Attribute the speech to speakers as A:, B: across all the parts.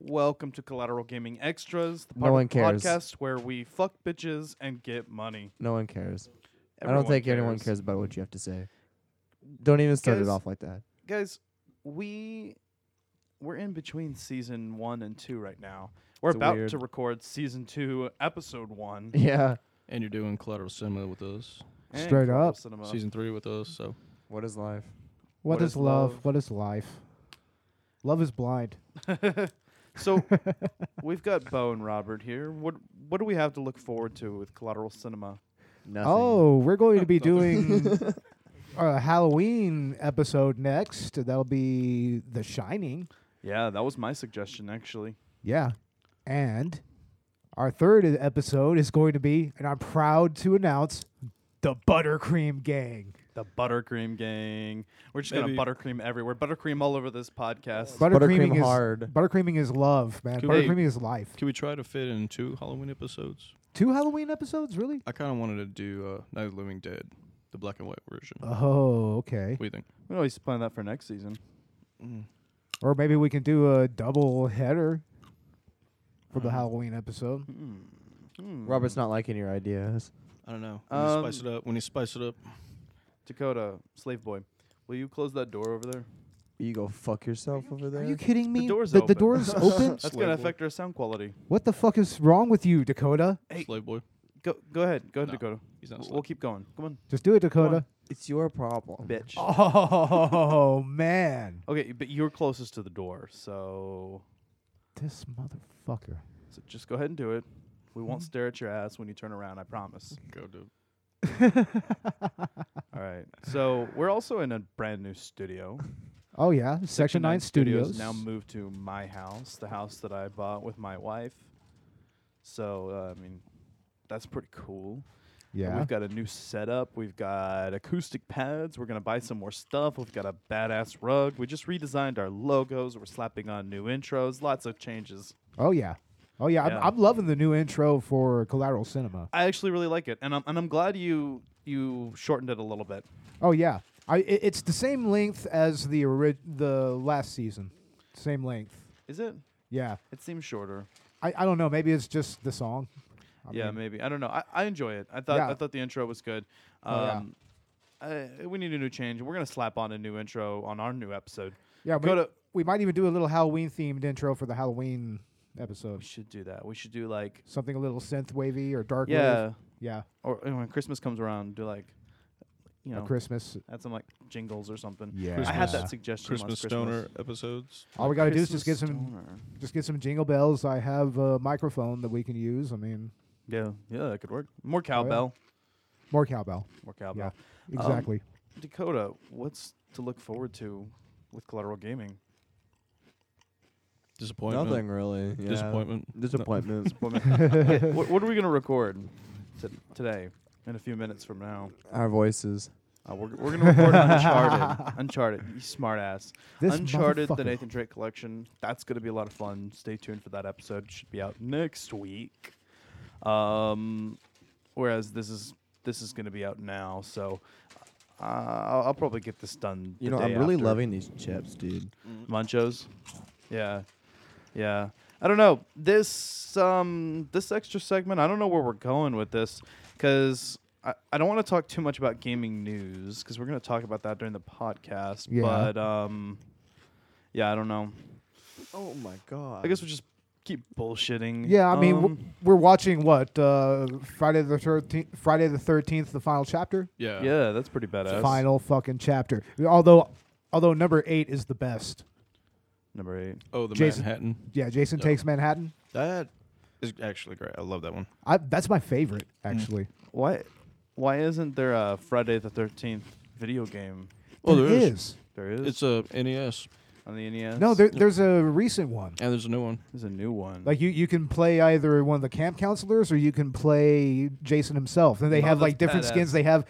A: Welcome to Collateral Gaming Extras, the
B: No
A: part of
B: one
A: the
B: cares.
A: podcast where we fuck bitches and get money.
B: No one cares. I
A: Everyone
B: don't think anyone cares about what you have to say. Don't even start
A: Guys-
B: it off like that.
A: Guys, we we're in between season 1 and 2 right now. We're
B: It's
A: about
B: weird.
A: to record season 2, episode 1.
B: Yeah.
C: And you're doing collateral cinema with us,
A: and
D: Straight
A: Collateral
D: up.
A: Cinema.
C: season three with us. So
B: What is life?
A: What
D: what is,
A: is
D: love?
A: love?
D: What is life? Love is blind.
A: so we've got Bo and Robert here. What what do we have to look forward to with Collateral Cinema?
B: Nothing.
D: Oh, we're going to be doing a Halloween episode next. That'll be The Shining.
A: Yeah, that was my suggestion actually.
D: Yeah. And our third e-, episode is going to be, and I'm proud to announce, The Buttercream Gang.
A: The buttercream gang. We're just gonna
C: Maybe-
A: buttercream everywhere. Buttercream all over this podcast.
B: Buttercream
D: is
B: hard.
D: Buttercreaming is love, man.
C: Could
D: buttercreaming
C: we-
D: is life.
C: can we try to fit in two Halloween episodes?
D: Two Halloween episodes, really?
C: I kind of wanted to do uh, Night of the Living Dead, the black and white version.
D: Oh, okay.
C: what do you think?
A: we always plan that for next season.
C: Mm,
D: Or maybe we can do a double header for
A: Mm-hmm.
D: the
C: Um,
D: Halloween episode.
A: Hmm. Hmm.
B: Robert's not liking your ideas.
C: I don't know. When you spice
A: Um,
C: it up, when you spice it up,
A: Dakota, slave boy. Will you close that door over there?
B: You go fuck yourself over there.
D: Are you kidding me?
A: The door's
D: the,
A: open.
D: the door's open.
A: That's gonna
C: Slave boy.
A: affect our sound quality.
D: What the fuck is wrong with you, Dakota?
A: Hey.
C: Slave Boy.
A: Go go ahead. Go ahead,
C: No,
A: Dakota.
C: He's not.
A: W-
C: Slave.
A: We'll keep going. Come on,
D: Just do it, Dakota.
B: It's your problem.
A: bitch.
C: Oh.
D: Oh man,
A: Okay, but you're closest to the door, so
D: this motherfucker.
A: so just go ahead and do it. We won't
D: Mm-hmm.
A: stare at your ass when you turn around, I promise.
C: Go to
A: All right. So we're also in a brand new studio.
D: Oh yeah, Section, Nine, Studios.
A: now moved to my house, the house that I bought with my wife. So uh, I mean, that's pretty cool. And
D: yeah,
A: We've got a new setup. We've got acoustic pads. We're gonna buy some more stuff. We've got a badass rug. We just redesigned our logos. We're slapping on new intros. Lots of changes.
D: oh yeah, oh yeah.
A: Yeah.
D: I'm, I'm loving the new intro for Collateral Cinema.
A: I actually really like it, and I'm and I'm glad you you shortened it a little bit.
D: Oh yeah, I, it, it's the same length as the ori- the last season. Same length.
A: Is it?
D: Yeah,
A: It seems shorter.
D: I, I don't know. Maybe it's just the song. I
A: yeah,
D: mean,
A: maybe. I don't know. I, I enjoy it. I thought
D: Yeah.
A: I thought the intro was good.
D: Oh, yeah.
A: Um, I- we need a new change. We're gonna slap on a new intro on our new episode.
D: yeah.
A: Go
D: We,
A: to.
D: we might even do a little Halloween themed intro for the Halloween
A: We
D: episode.
A: should do that. We should do like
D: Something a little synth wavy or dark. wave.
A: yeah,
D: yeah.
A: or uh, when Christmas comes around, do like you
D: A
A: know,
D: Christmas.
A: add some like jingles or something.
D: Yeah.
A: I had
C: Christmas-
A: that suggestion. last
C: Christmas Stoner episodes.
D: All we gotta do is just get some,
A: Christmas stoner.
D: just get some jingle bells. I have a microphone that we can use. I mean,
A: Yeah, yeah, that could work.
D: Oh,
A: More cowbell.
D: more cowbell.
A: More cowbell. Um,
D: Exactly.
A: Dakota, what's to look forward to with Collateral Gaming?
C: Disappointment.
B: Nothing really. yeah.
C: Disappointment. No.
B: Disappointment.
A: Okay, what, what are we gonna record t- today? In a few minutes from now,
B: Our voices.
A: uh, we're, we're gonna record Uncharted. Uncharted, you smart ass.
D: This
A: Uncharted, the
D: motherfucker.
A: Nathan Drake collection. That's gonna be a lot of fun. Stay tuned for that episode. Should be out next week. Um, whereas this is this is gonna be out now, so uh, I'll, I'll probably get this done.
B: You
A: the
B: know, I'm
A: day
B: really
A: after.
B: loving these chips, dude.
A: Munchos. Yeah. Yeah. I don't know. This um this extra segment, I don't know where we're going with this cuz I, I don't want to talk too much about gaming news cuz we're going to talk about that during the podcast,
D: Yeah.
A: but um yeah, I don't know.
B: Oh my god.
A: I guess we'll just keep bullshitting.
D: yeah, I mean,
A: Um,
D: w- we're watching what uh, Friday the thirteenth. Friday the thirteenth, the final chapter.
C: Yeah.
A: Um, yeah, that's pretty badass.
D: Final fucking chapter. Although, although number eight is the best.
A: Number 8.
C: Oh, the
D: Jason-
C: Manhattan.
D: Yeah, Jason
C: Yeah.
D: takes Manhattan.
C: That is actually great. I love that one.
D: I, that's my favorite, actually.
A: Why why isn't there a Friday the 13th video game?
C: Well,
D: there
C: there is.
D: is.
A: There is
C: It's uh, a NES,
A: on the NES.
D: No, there, there's a recent one.
C: and there's a new one.
A: there's a new one.
D: Like you, you can play either one of the camp counselors or you can play Jason himself. And they
A: Oh,
D: have
A: that's
D: like different
A: badass.
D: skins. They have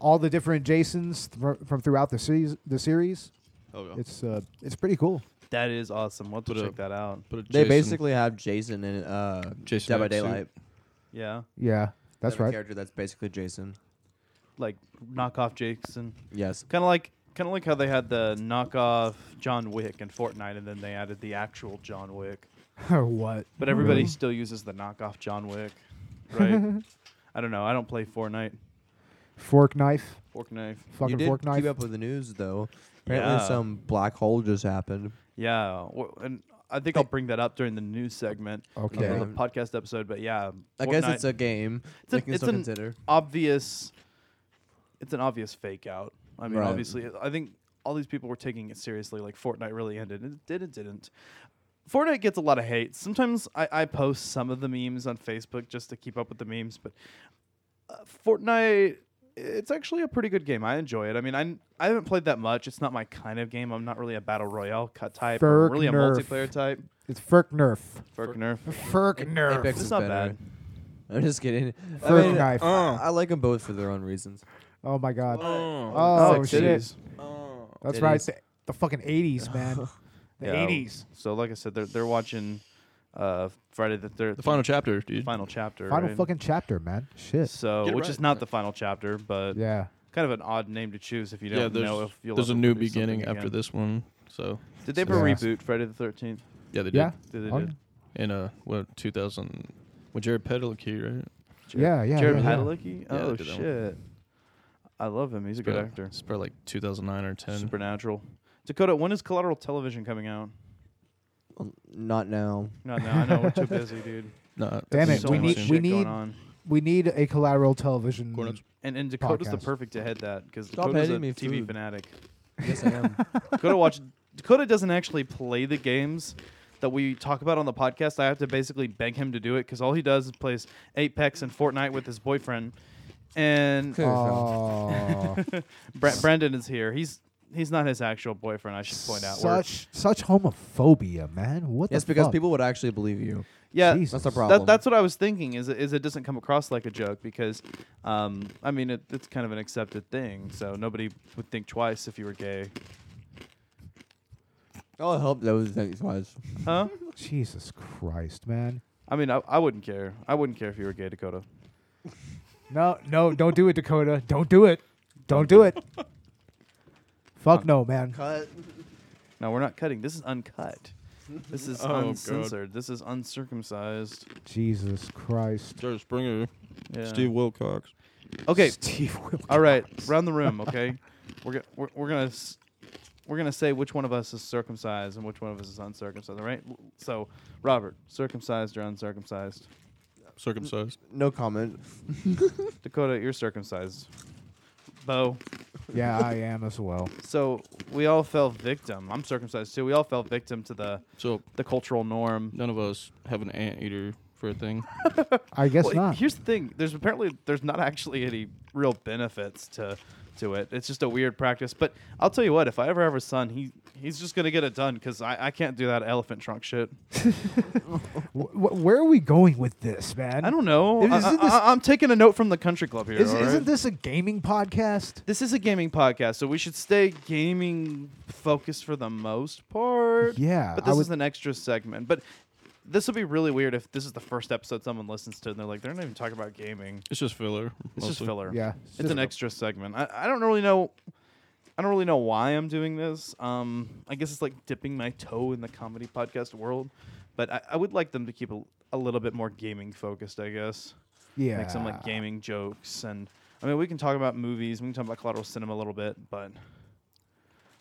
D: all the different Jasons thr from throughout the series. The series.
C: Oh yeah.
D: It's uh, it's pretty cool.
A: that is awesome. We'll have to
C: Put a-
A: check that out.
C: Put a
B: They
C: Jason-
B: basically have Jason in uh
C: Jason
B: Dead by
C: X suit.
B: Daylight.
A: Yeah.
D: Yeah,
B: They
D: that's
B: have a
D: right.
B: character that's basically Jason.
A: like knockoff Jason.
B: Yes.
A: Kind of like kind of like how they had the knockoff John Wick in Fortnite, and then they added the actual John Wick.
D: or what?
A: But everybody still uses the knockoff John Wick, right? I don't know. I don't play Fortnite,
D: Fork knife,
A: fork knife.
D: fucking
B: you did
D: fork knife.
B: keep up with the news though. Apparently,
A: Yeah.
B: some black hole just happened.
A: Yeah, w- and I think I'll bring that up during the news segment
D: okay.
A: of
B: Yeah.
A: the podcast episode. But yeah,
B: I guess
A: Fortnite-
B: it's a game.
A: It's a-
B: we can
A: it's
B: still
A: an-
B: consider.
A: obvious. It's an obvious fake out. I mean,
B: Right.
A: obviously, I think all these people were taking it seriously. Like Fortnite really ended. It did. It didn't. Fortnite gets a lot of hate. Sometimes I, I post some of the memes on Facebook just to keep up with the memes, but uh, Fortnite, it's actually a pretty good game. I enjoy it. I mean, I, I haven't played that much. It's not my kind of game. I'm not really a battle royale cut type.
D: Ferk
A: I'm really
D: nerf.
A: a multiplayer type.
D: It's Ferk Nerf.
A: Ferk nerf.
D: Ferk Nerf.
B: Apex
A: It's
B: is
A: not
B: better.
A: bad. Uh.
B: I'm just kidding. I,
D: Fork
B: mean,
D: knife.
B: I, I like them both for their own reasons.
D: Oh my god.
A: Oh,
D: Oh, shit.
A: titties.
C: Oh.
D: That's
B: It
D: right.
B: is.
D: The, the fucking 80s, man. The
A: Yeah.
D: 80s.
A: So, like I said, they're they're watching uh, Friday the Third,
C: The final chapter, dude.
A: final chapter,
D: Final
A: right?
D: fucking chapter, man. Shit.
A: So,
C: Get it
A: which
C: right.
A: is not the final chapter, but
D: Yeah.
A: kind of an odd name to choose if you
C: Yeah,
A: don't
C: there's,
A: know if you'll.
C: there's a
A: ever
C: new
A: produce something
C: beginning after
A: again.
C: this one. So
A: Did they ever
D: Yeah.
A: reboot Friday the Thirteenth?
C: yeah, they did.
D: Yeah.
A: Did they
D: Oh,
A: did?
C: In uh, what 2000 with Jared Padalecki, right?
D: Yeah, yeah.
A: Jared
D: yeah, yeah.
A: Padalecki.
C: Yeah, they
A: oh
C: did that one.
A: shit! I love him. He's a good
C: Yeah.
A: actor.
C: It's probably like 2009 or 10.
A: Supernatural. Dakota, when is Collateral Television coming out?
B: Well, Not now.
A: Not now. I know we're too busy, dude.
C: Nah,
D: Damn it,
C: so
A: so
D: we
A: much
C: much
D: need-
C: shit.
A: shit
D: we
A: going
D: need-
A: on.
D: We need a collateral television.
C: Cornups.
A: And, and Dakota's the
D: podcast.
A: perfect to head that because
B: Stop
A: Dakota's a
B: handing me
A: TV
B: food.
A: fanatic.
B: Yes, I am.
A: Dakota watch Dakota doesn't actually play the games that we talk about on the podcast. I have to basically beg him to do it because all he does is plays Apex and Fortnite with his boyfriend. And
B: Cool.
D: Oh,
A: Bra- Brandon is here. He's he's not his actual boyfriend. I should point out. We're-
D: such such homophobia, man. What?
B: yes,
D: the
B: because
D: fuck?
B: people would actually believe you.
A: yeah,
D: Jesus.
B: That's the problem.
A: that, that's what I was thinking. Is is it doesn't come across like a joke because, um, I mean it, it's kind of an accepted thing. So nobody would think twice if you were gay,
B: Oh, I hope those things was.
A: huh?
D: Jesus Christ, man.
A: I mean I, I wouldn't care. I wouldn't care if you were gay, Dakota.
D: No, no, don't do it, Dakota. Don't do it. Don't do it. Fuck no, man.
B: Cut.
A: No, we're not cutting. This is uncut. This is
C: Oh, God.
A: uncensored. This is uncircumcised.
D: Jesus Christ.
C: Jared Springer,
A: Yeah.
C: Steve Wilcox.
A: Okay.
D: Steve Wilkins.
A: All right. Round the room. Okay. we're, go- we're we're gonna s- we're gonna say which one of us is circumcised and which one of us is uncircumcised. All right. L- So Robert, circumcised or uncircumcised?
C: Circumcised.
B: No comment.
A: Dakota, you're circumcised. Bo.
D: Yeah, I am as well.
A: So we all fell victim. I'm circumcised too. We all fell victim to the
C: So
A: the cultural norm.
C: none of us have an anteater for a thing.
D: I guess
A: Well,
D: not.
A: Here's the thing: there's apparently there's not actually any real benefits to to it. It's just a weird practice. But I'll tell you what: if I ever have a son, he he's just gonna get it done because I, I can't do that elephant trunk shit.
D: Wh- wh- where are we going with this, man?
A: I don't know.
D: Isn't
A: I, I,
D: this-
A: I, am taking a note from the country club here.
D: Is,
A: all
D: Isn't
A: right?
D: this a gaming podcast?
A: this is a gaming podcast, so we should stay gaming focused for the most part.
D: Yeah,
A: but
D: I
A: this
D: would-
A: is an extra segment. But this will be really weird if this is the first episode someone listens to and they're like, they're not even talking about gaming.
C: It's just filler.
A: It's just
C: mostly.
A: filler.
D: Yeah,
A: it's, an extra segment. I, I don't really know. I don't really know why I'm doing this. Um, I guess it's like dipping my toe in the comedy podcast world, but I, I would like them to keep a, a little bit more gaming focused. I guess
D: Yeah,
A: make some like gaming jokes, and I mean we can talk about movies. We can talk about collateral cinema a little bit, but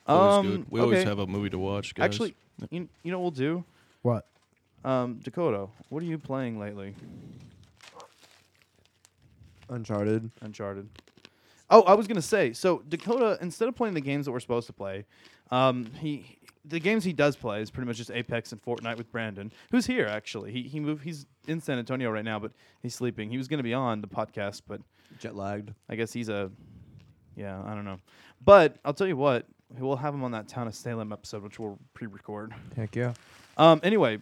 C: Always good.
A: Um,
C: We always
A: okay.
C: have a movie to watch, guys.
A: actually, you, you know what we'll do?
D: What?
A: Um, Dakota, what are you playing lately?
B: Uncharted.
A: Uncharted. Oh, I was gonna say. So Dakota, instead of playing the games that we're supposed to play, um, he the games he does play is pretty much just Apex and Fortnite with Brandon, who's here actually. He he moved. He's in San Antonio right now, but he's sleeping. He was gonna be on the podcast, but
B: Jet lagged.
A: I guess he's a yeah. I don't know. But I'll tell you what. We'll have him on that Town of Salem episode, which we'll pre-record.
B: Heck yeah.
A: Um, anyway,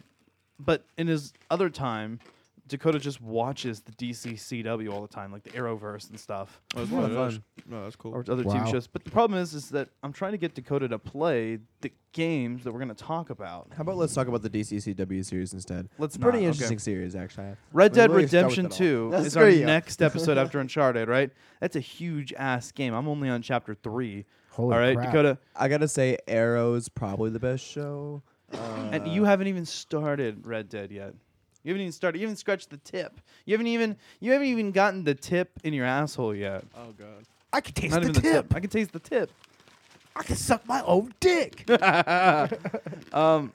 A: but in his other time, Dakota just watches the DCCW all the time, like the Arrowverse and stuff
C: Oh, it's
B: Yeah,
C: one
B: fun.
C: of those. No, that's cool.
A: or other
D: Wow.
A: TV shows. But the problem is, is that I'm trying to get Dakota to play the games that we're going to talk about.
B: How about let's talk about the DCCW series instead?
A: Let's
B: It's a
A: not,
B: pretty
A: okay.
B: interesting series, actually.
A: Red
B: We
A: Dead
B: really start with
A: Redemption
B: it all.
A: 2
B: That's
A: is our
B: great, yeah.
A: next episode after Uncharted, right? That's a huge ass game. I'm only on chapter three.
D: Holy
A: all right,
D: crap.
A: Dakota.
B: I gotta say, Arrow's probably the best show.
A: and you haven't even started Red Dead yet. You haven't even started. You haven't scratched the tip. You haven't even you haven't even gotten the tip in your asshole yet.
C: Oh god.
D: I can taste
A: Not
D: the
A: even
D: tip.
A: the tip. I can taste the tip.
D: I can suck my own dick.
A: Um,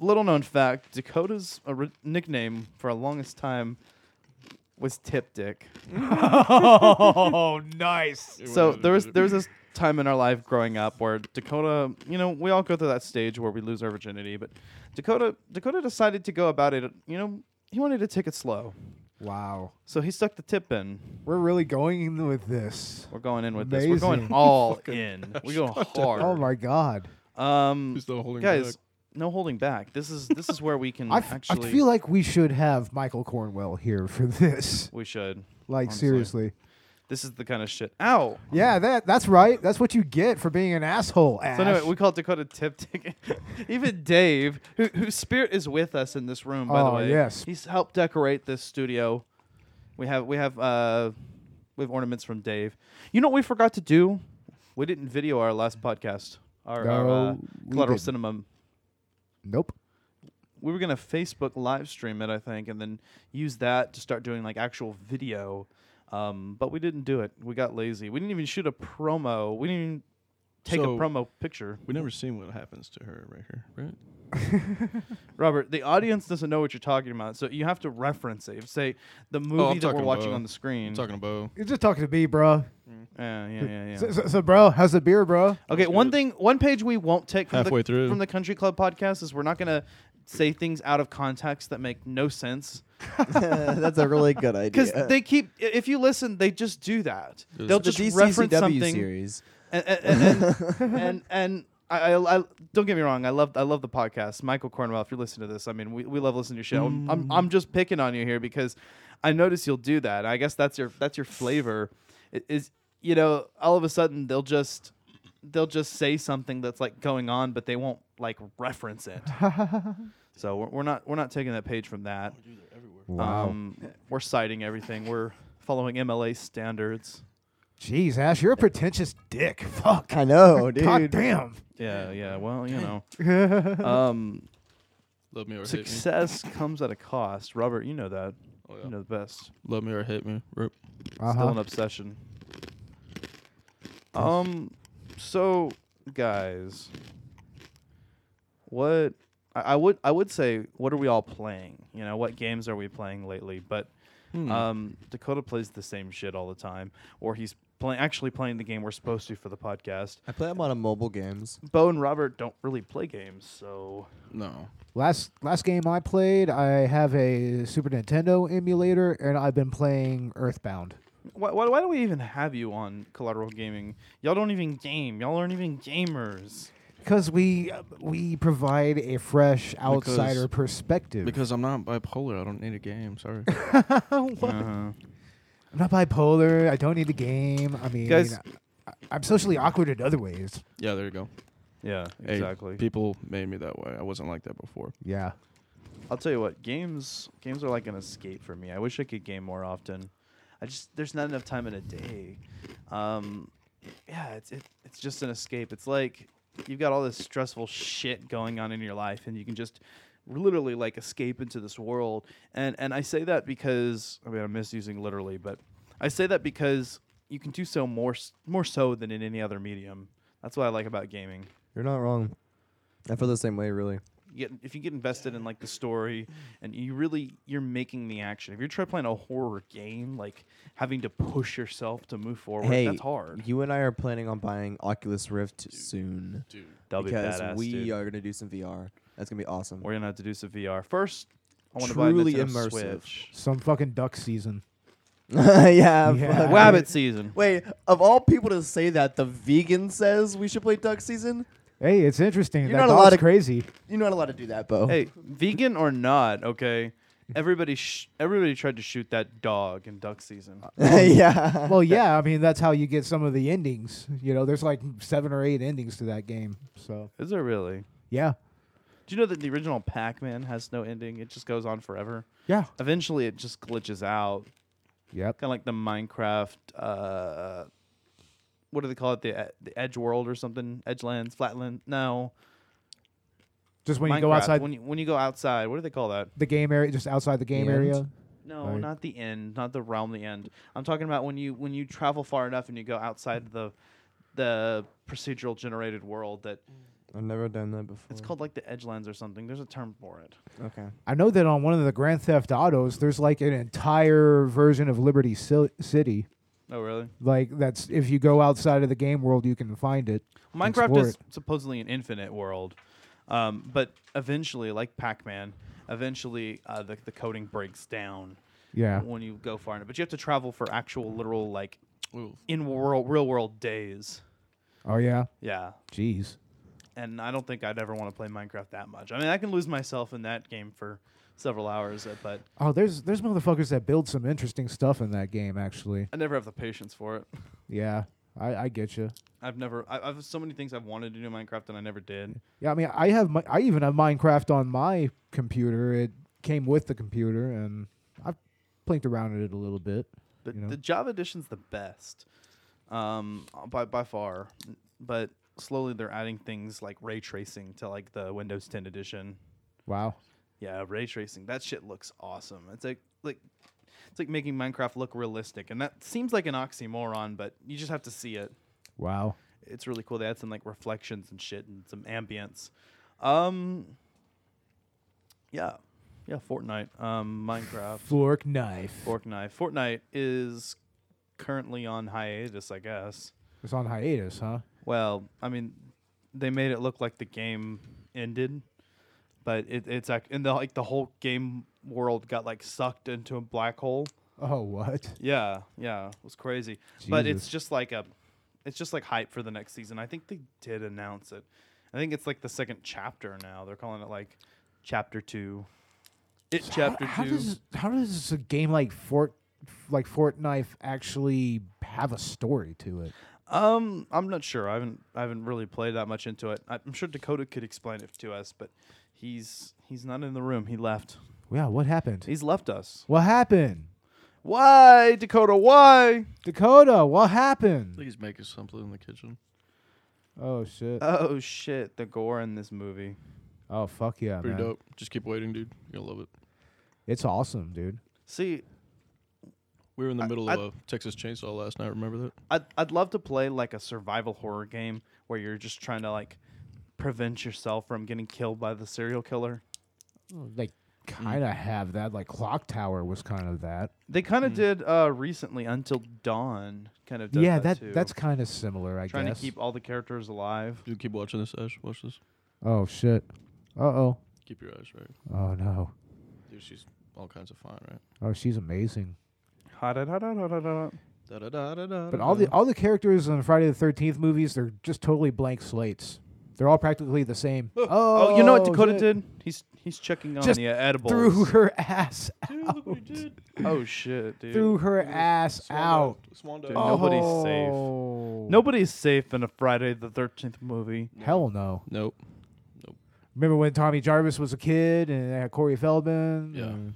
A: little known fact: Dakota's ori- nickname for a longest time was Tip Dick.
D: oh, nice.
C: It
A: So
C: would've-
A: there was there was this time in our life growing up where Dakota, you know, we all go through that stage where we lose our virginity, but Dakota Dakota decided to go about it. You know, he wanted to take it slow,
D: Wow.
A: so he stuck the tip in.
D: We're really going in with this.
A: We're going in with this. We're going
D: Amazing.
A: all in. We go hard.
D: Oh my god.
A: Um,
C: Who's the holding
A: guys,
C: back?
A: no holding back. This is this is where we can
D: I, f-
A: Mm, actually.
D: I feel like we should have Michael Cornwell here for this.
A: we should.
D: Like
A: Honestly.
D: seriously.
A: This is the kind of shit. Ow.
D: Yeah, that that's right. That's what you get for being an asshole. Ash.
A: So anyway, we call Dakota Tip Ticket. Even Dave, who, whose spirit is with us in this room, by the
D: Oh,
A: way.
D: yes.
A: He's helped decorate this studio. We have we have uh we have ornaments from Dave. You know what we forgot to do? We didn't video our last podcast. Our, our uh,
D: No, we
A: collateral
D: didn't.
A: cinema.
D: nope.
A: We were gonna Facebook live stream it, I think, and then use that to start doing like actual video. Um, but we didn't do it. We got lazy. We didn't even shoot a promo. We didn't even take
C: So-
A: a promo picture.
C: We never seen what happens to her right here, right?
A: Robert, the audience doesn't know what you're talking about, so you have to reference it. Say the movie that
C: Oh, talking
A: we're watching
C: about-
A: on the screen.
C: I'm talking about.
D: You're just talking to me, bro.
A: yeah, yeah, yeah, yeah.
D: So, so, so, bro, how's the beer, bro?
A: okay, one thing, one page we won't take from
C: Halfway
A: the,
C: through.
A: from the Country Club podcast is we're not gonna say things out of context that make no sense
B: Uh, That's a really good idea.
A: because they keep. i- If you listen, they just do that.
C: It's
A: They'll
C: the
A: just
B: the DCCW
A: reference something.
B: series.
A: and and and, and, and I, I, I don't get me wrong. I love I love the podcast. Michael Cornwell, if you're listening to this, I mean, we, we love listening to your show. I'm- I'm I'm just picking on you here because I notice you'll do that. I guess that's your that's your flavor. I- Is you know all of a sudden they'll just they'll just say something that's like going on, but they won't like reference it. so we're, we're not we're not taking that page from that. Um, we're citing everything. We're following MLA standards.
D: Jeez, Ash, you're a pretentious dick. Fuck.
B: I know, dude.
D: God damn.
A: Yeah, yeah. Well, you know. um,
C: Love me or hate me.
A: success comes at a cost. Robert, you know that.
C: Oh, yeah.
A: You know the best.
C: Love me or hate me. Rip.
A: Still
D: Uh-huh.
A: an obsession. Um, so guys, what I, I would I would say, what are we all playing? You know, what games are we playing lately? But
C: Hmm.
A: um, Dakota plays the same shit all the time, or he's playing actually playing the game we're supposed to for the podcast.
B: I play them on a mobile games.
A: Bo and Robert don't really play games, so
C: No.
D: Last last game I played, I have a Super Nintendo emulator, and I've been playing Earthbound.
A: Why, why, why do we even have you on Collateral Gaming? Y'all don't even game. Y'all aren't even gamers.
D: Because we we provide a fresh outsider
C: Because-
D: perspective.
C: Because I'm not bipolar. I don't need a game. Sorry.
A: Uh-huh.
D: I'm not bipolar. I don't need a game. I mean,
A: Guys-
D: I, I'm socially awkward in other ways.
C: yeah, there you go.
A: Yeah,
C: Hey,
A: exactly.
C: people made me that way. I wasn't like that before.
D: Yeah.
A: I'll tell you what, games games are like an escape for me. I wish I could game more often. I just there's not enough time in a day. Um, yeah, it's it, it's just an escape. It's like you've got all this stressful shit going on in your life, and you can just literally like escape into this world. And and I say that because I mean I'm misusing literally, but I say that because you can do so more s- more so than in any other medium. That's what I like about gaming
B: You're not wrong. I feel the same way, really.
A: you get if you get invested in like the story and you really you're making the action. If you're trying to playing a horror game, like having to push yourself to move forward,
B: hey,
A: that's hard.
B: You and I are planning on buying Oculus Rift soon
C: Dude.
A: That'll
B: because
A: be badass,
B: we uh,
A: dude.
B: are gonna do some VR. That's gonna be awesome.
A: We're gonna have to do some VR first. I want to buy a
B: Truly
A: Nintendo
B: immersive.
A: Switch.
D: Some fucking duck season.
B: yeah.
D: Yeah.
B: fuck.
A: Wabbit season.
B: Wait, of all people to say that, the vegan says we should play duck season.
D: Hey, it's interesting.
B: You're
D: that
B: not allowed
D: dog's
B: to-
D: crazy.
B: You're not allowed to do that, Bo.
A: Hey, vegan or not, okay. Everybody, sh- everybody tried to shoot that dog in duck
B: Uh,
A: season.
B: yeah.
D: Well, yeah. I mean, that's how you get some of the endings. You know, there's like seven or eight endings to that game. So
A: Is there really?
D: yeah,
A: Do you know that the original Pac-Man has no ending? It just goes on forever.
D: yeah,
A: Eventually, it just glitches out.
D: yep.
A: kind of like the Minecraft. Uh, what do they call it? The e- the Edge World or something? Edgelands, Flatland? No,
D: Just when
A: Minecraft,
D: you go outside
A: when you, when you go outside, what do they call that?
D: the game area, just outside the game
B: The end?
D: area.
A: No,
D: Right.
A: not the end, not the realm, the end. I'm talking about when you when you travel far enough and you go outside the the procedural generated world that
E: I've never done that before.
A: it's
D: Mm.
A: called like the edgelands or something. There's a term for it.
E: Okay.
D: I know that on one of the Grand Theft Autos, there's like an entire version of Liberty Sil- City.
A: Oh, really?
D: Like that's if you go outside of the game world, you can find it.
A: Minecraft
D: Explore
A: is supposedly an infinite world, um, but eventually, like Pac-Man, eventually uh, the the coding breaks down
D: Yeah.
A: when you go far enough. But you have to travel for actual, literal, like
C: Ooh.
A: in world, real world days.
D: Oh yeah.
A: Yeah,
D: Jeez.
A: and I don't think I'd ever want to play Minecraft that much. I mean, I can lose myself in that game for several hours, uh, but
D: Oh, there's there's motherfuckers that build some interesting stuff in that game. Actually.
A: I never have the patience for it.
D: Yeah. I, I get you.
A: I've never. I, I've so many things I've wanted to do in Minecraft and I never did.
D: Yeah. I mean, I have my, I even have Minecraft on my computer. It came with the computer, and I've plinked around in it a little bit.
A: But
D: you know?
A: the Java edition's the best, um, uh, by by far. N- But slowly they're adding things like ray tracing to like the Windows 10 edition.
D: Wow.
A: Yeah, ray tracing. That shit looks awesome. It's like like it's like making Minecraft look realistic, and that seems like an oxymoron, but you just have to see it.
D: Wow.
A: It's really cool. They add some like reflections and shit and some ambience. Um, yeah, yeah. Fortnite, um, Minecraft.
D: Fork knife.
A: Fork knife. Fortnite is currently on hiatus, I guess.
D: It's on hiatus, huh?
A: Well, I mean, they made it look like the game ended, but it, it's like and the like the whole game world got like sucked into a black hole.
D: Oh, what?
A: Yeah, yeah, it was crazy. But it's
D: Jesus.
A: just like a, it's just like hype for the next season. I think they did announce it. I think it's like the second chapter now. They're calling it like chapter two. It chapter
D: how,
A: two.
D: does how does a game like Fort like Fortnite actually have a story to it?
A: Um, I'm not sure. I haven't I haven't really played that much into it. I- I'm sure Dakota could explain it to us, but he's he's not in the room. He left.
D: Yeah, what happened?
A: He's left us.
D: what happened,
A: Why, Dakota? Why?
D: Dakota? What happened?
C: Please make us something in the kitchen.
D: Oh shit!
A: Oh shit! The gore in this movie.
D: oh fuck yeah,
C: Pretty
D: man!
C: dope. Just keep waiting, dude. You're gonna love it.
D: It's awesome, dude.
A: See,
C: We were in the
A: I-
C: middle
A: I-
C: of a Texas Chainsaw last night. Remember that?
A: I'd I'd love to play like a survival horror game where you're just trying to like prevent yourself from getting killed by the serial killer.
D: Like
A: Mm.
D: kind of have that. Like Clock Tower was kind of that.
A: They kind of did uh recently until dawn. Kind of. Does
D: yeah,
A: that,
D: that,
A: too.
D: that's kind of similar, I
A: trying
D: guess.
A: to keep all the characters alive.
C: You keep watching this, Ash. Watch this.
D: oh shit! Uh oh!
C: Keep your eyes right.
D: Oh no!
C: Dude, she's all kinds of fine, right?
D: Oh, she's amazing.
A: Ha da da da da da da.
C: Da da da da da.
D: But all
A: Uh-huh.
D: the all the characters in Friday the Thirteenth movies, they're just totally blank slates. They're all practically the same. Oh,
A: Oh, you know what Dakota
D: shit.
A: did? He's he's checking on
D: Just
A: the uh, edibles.
D: Threw her ass,
C: Dude, look what he did.
A: Oh shit, dude.
D: threw her ass
C: Swan
D: out.
C: dived. Swan
A: Dude,
C: dived.
A: no- nobody's safe.
D: Oh.
A: Nobody's safe in a Friday the Thirteenth movie.
D: Hell
C: Oh.
D: no.
C: Nope.
D: Remember when Tommy Jarvis was a kid and they had Corey Feldman?
C: Yeah.
D: And-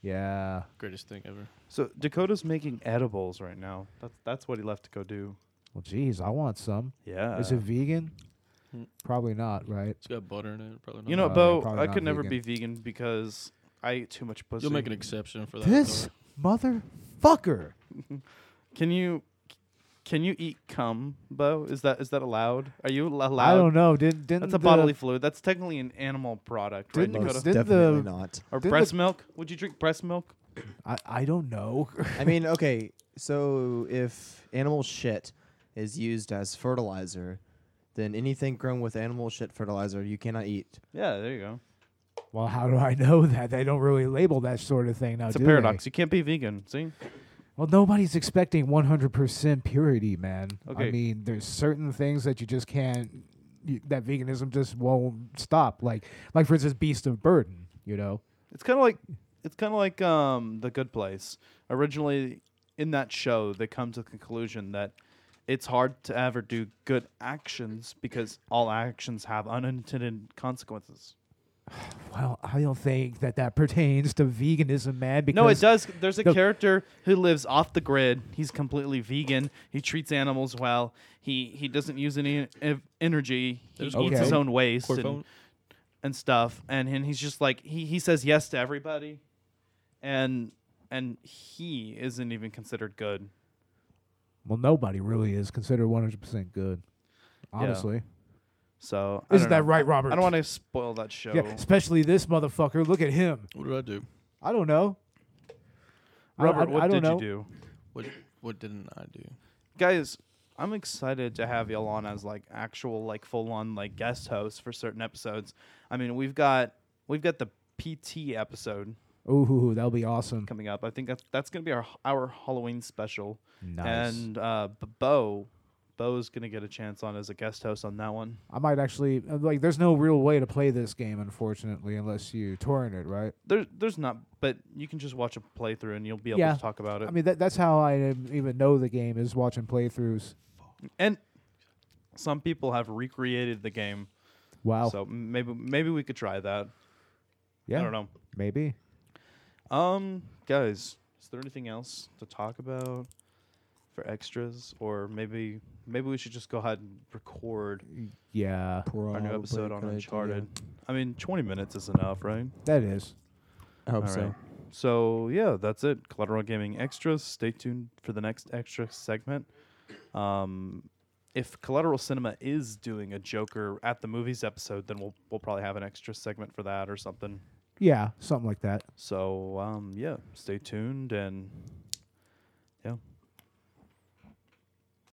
D: yeah.
C: Greatest thing ever.
A: So Dakota's making edibles right now. That's that's what he left to go do.
D: Well, geez, I want some.
A: Yeah.
D: Is it vegan?
A: hmm.
C: Mm.
D: Probably not, right?
C: It's got butter in it. Probably not.
A: you know,
D: No,
A: Bo,
D: Uh, probably
A: I
D: not
A: could never be
D: vegan.
A: vegan because I eat too much pussy.
C: you'll make an exception for that.
D: This
C: though.
D: motherfucker.
A: Can you can you eat cum, Bo? Is that is that allowed? Are you al- allowed?
D: I don't know. Didn't didn't
A: That's a
D: the-
A: bodily fluid. That's technically an animal product, right,
D: Didn't-
A: Dakota?
D: did the-
E: definitely not.
A: or
D: didn't
A: breast milk? Would you drink breast milk?
D: I, I don't know.
E: I mean, okay, so if animal shit is used as fertilizer, then anything grown with animal shit fertilizer you cannot eat.
A: Yeah, there you go.
D: Well, how do I know that? They don't really label that sort of thing now.
A: It's a
D: do
A: paradox.
D: they?
A: You can't be vegan. See?
D: Well, nobody's expecting 100% purity, man. I
A: Okay.
D: mean, there's certain things that you just can't. You, that veganism just won't stop. Like, like for instance, Beast of Burden. You know,
A: It's kind of like it's kind of like um, the Good Place. Originally, in that show, they come to the conclusion that it's hard to ever do good actions because all actions have unintended consequences.
D: well, I don't think that that pertains to veganism, man. Because
A: No, it does. There's a
D: the-
A: character who lives off the grid. He's completely vegan. He treats animals well. He he doesn't use any ev- energy. He
C: There's
A: eats his
D: Corphone.
A: own waste.
C: Corphone.
A: And and stuff, and, and he's just like he, he says yes to everybody, and and he isn't even considered good.
D: Well, nobody really is considered 100% good. Honestly,
A: So I
D: isn't
A: don't
D: that
A: know.
D: right, Robert?
A: I don't want to spoil that show.
D: Yeah, especially this motherfucker. Look at him.
C: What did I do?
D: I don't know. I-
A: Robert,
D: I,
A: what
D: I
A: did
D: don't
A: you
D: know.
A: do?
C: What what didn't I do?
A: guys i'm excited to have y'all on as like actual like full-on like guest hosts for certain episodes i mean we've got we've got the pt episode
D: Ooh, that'll be awesome.
A: coming up i think that's, that's gonna be our our halloween special
D: Nice.
A: and uh B- bo bo's gonna get a chance on as a guest host on that one
D: I might actually uh, like. There's no real way to play this game, unfortunately, unless you torrent it, right?
A: there, there's not but you can just watch a playthrough and you'll be able
D: Yeah.
A: to talk about it
D: I mean, that, that's how I am- even know the game is watching playthroughs.
A: and some people have recreated the game
D: Wow.
A: so m- maybe maybe we could try that
D: yeah.
A: i don't know
D: Maybe.
A: Um, guys, is there anything else to talk about for extras, or maybe maybe we should just go ahead and record
D: Yeah.
A: our new episode on Uncharted? I mean, 20 minutes is enough, right?
D: That is.
E: I hope
A: All
E: so.
A: right. So yeah, that's it. Collateral Gaming extras. Stay tuned for the next extra segment. Um, if Collateral Cinema is doing a Joker at the movies episode, then we'll we'll probably have an extra segment for that or something.
D: Yeah, something like that.
A: So um, yeah, stay tuned and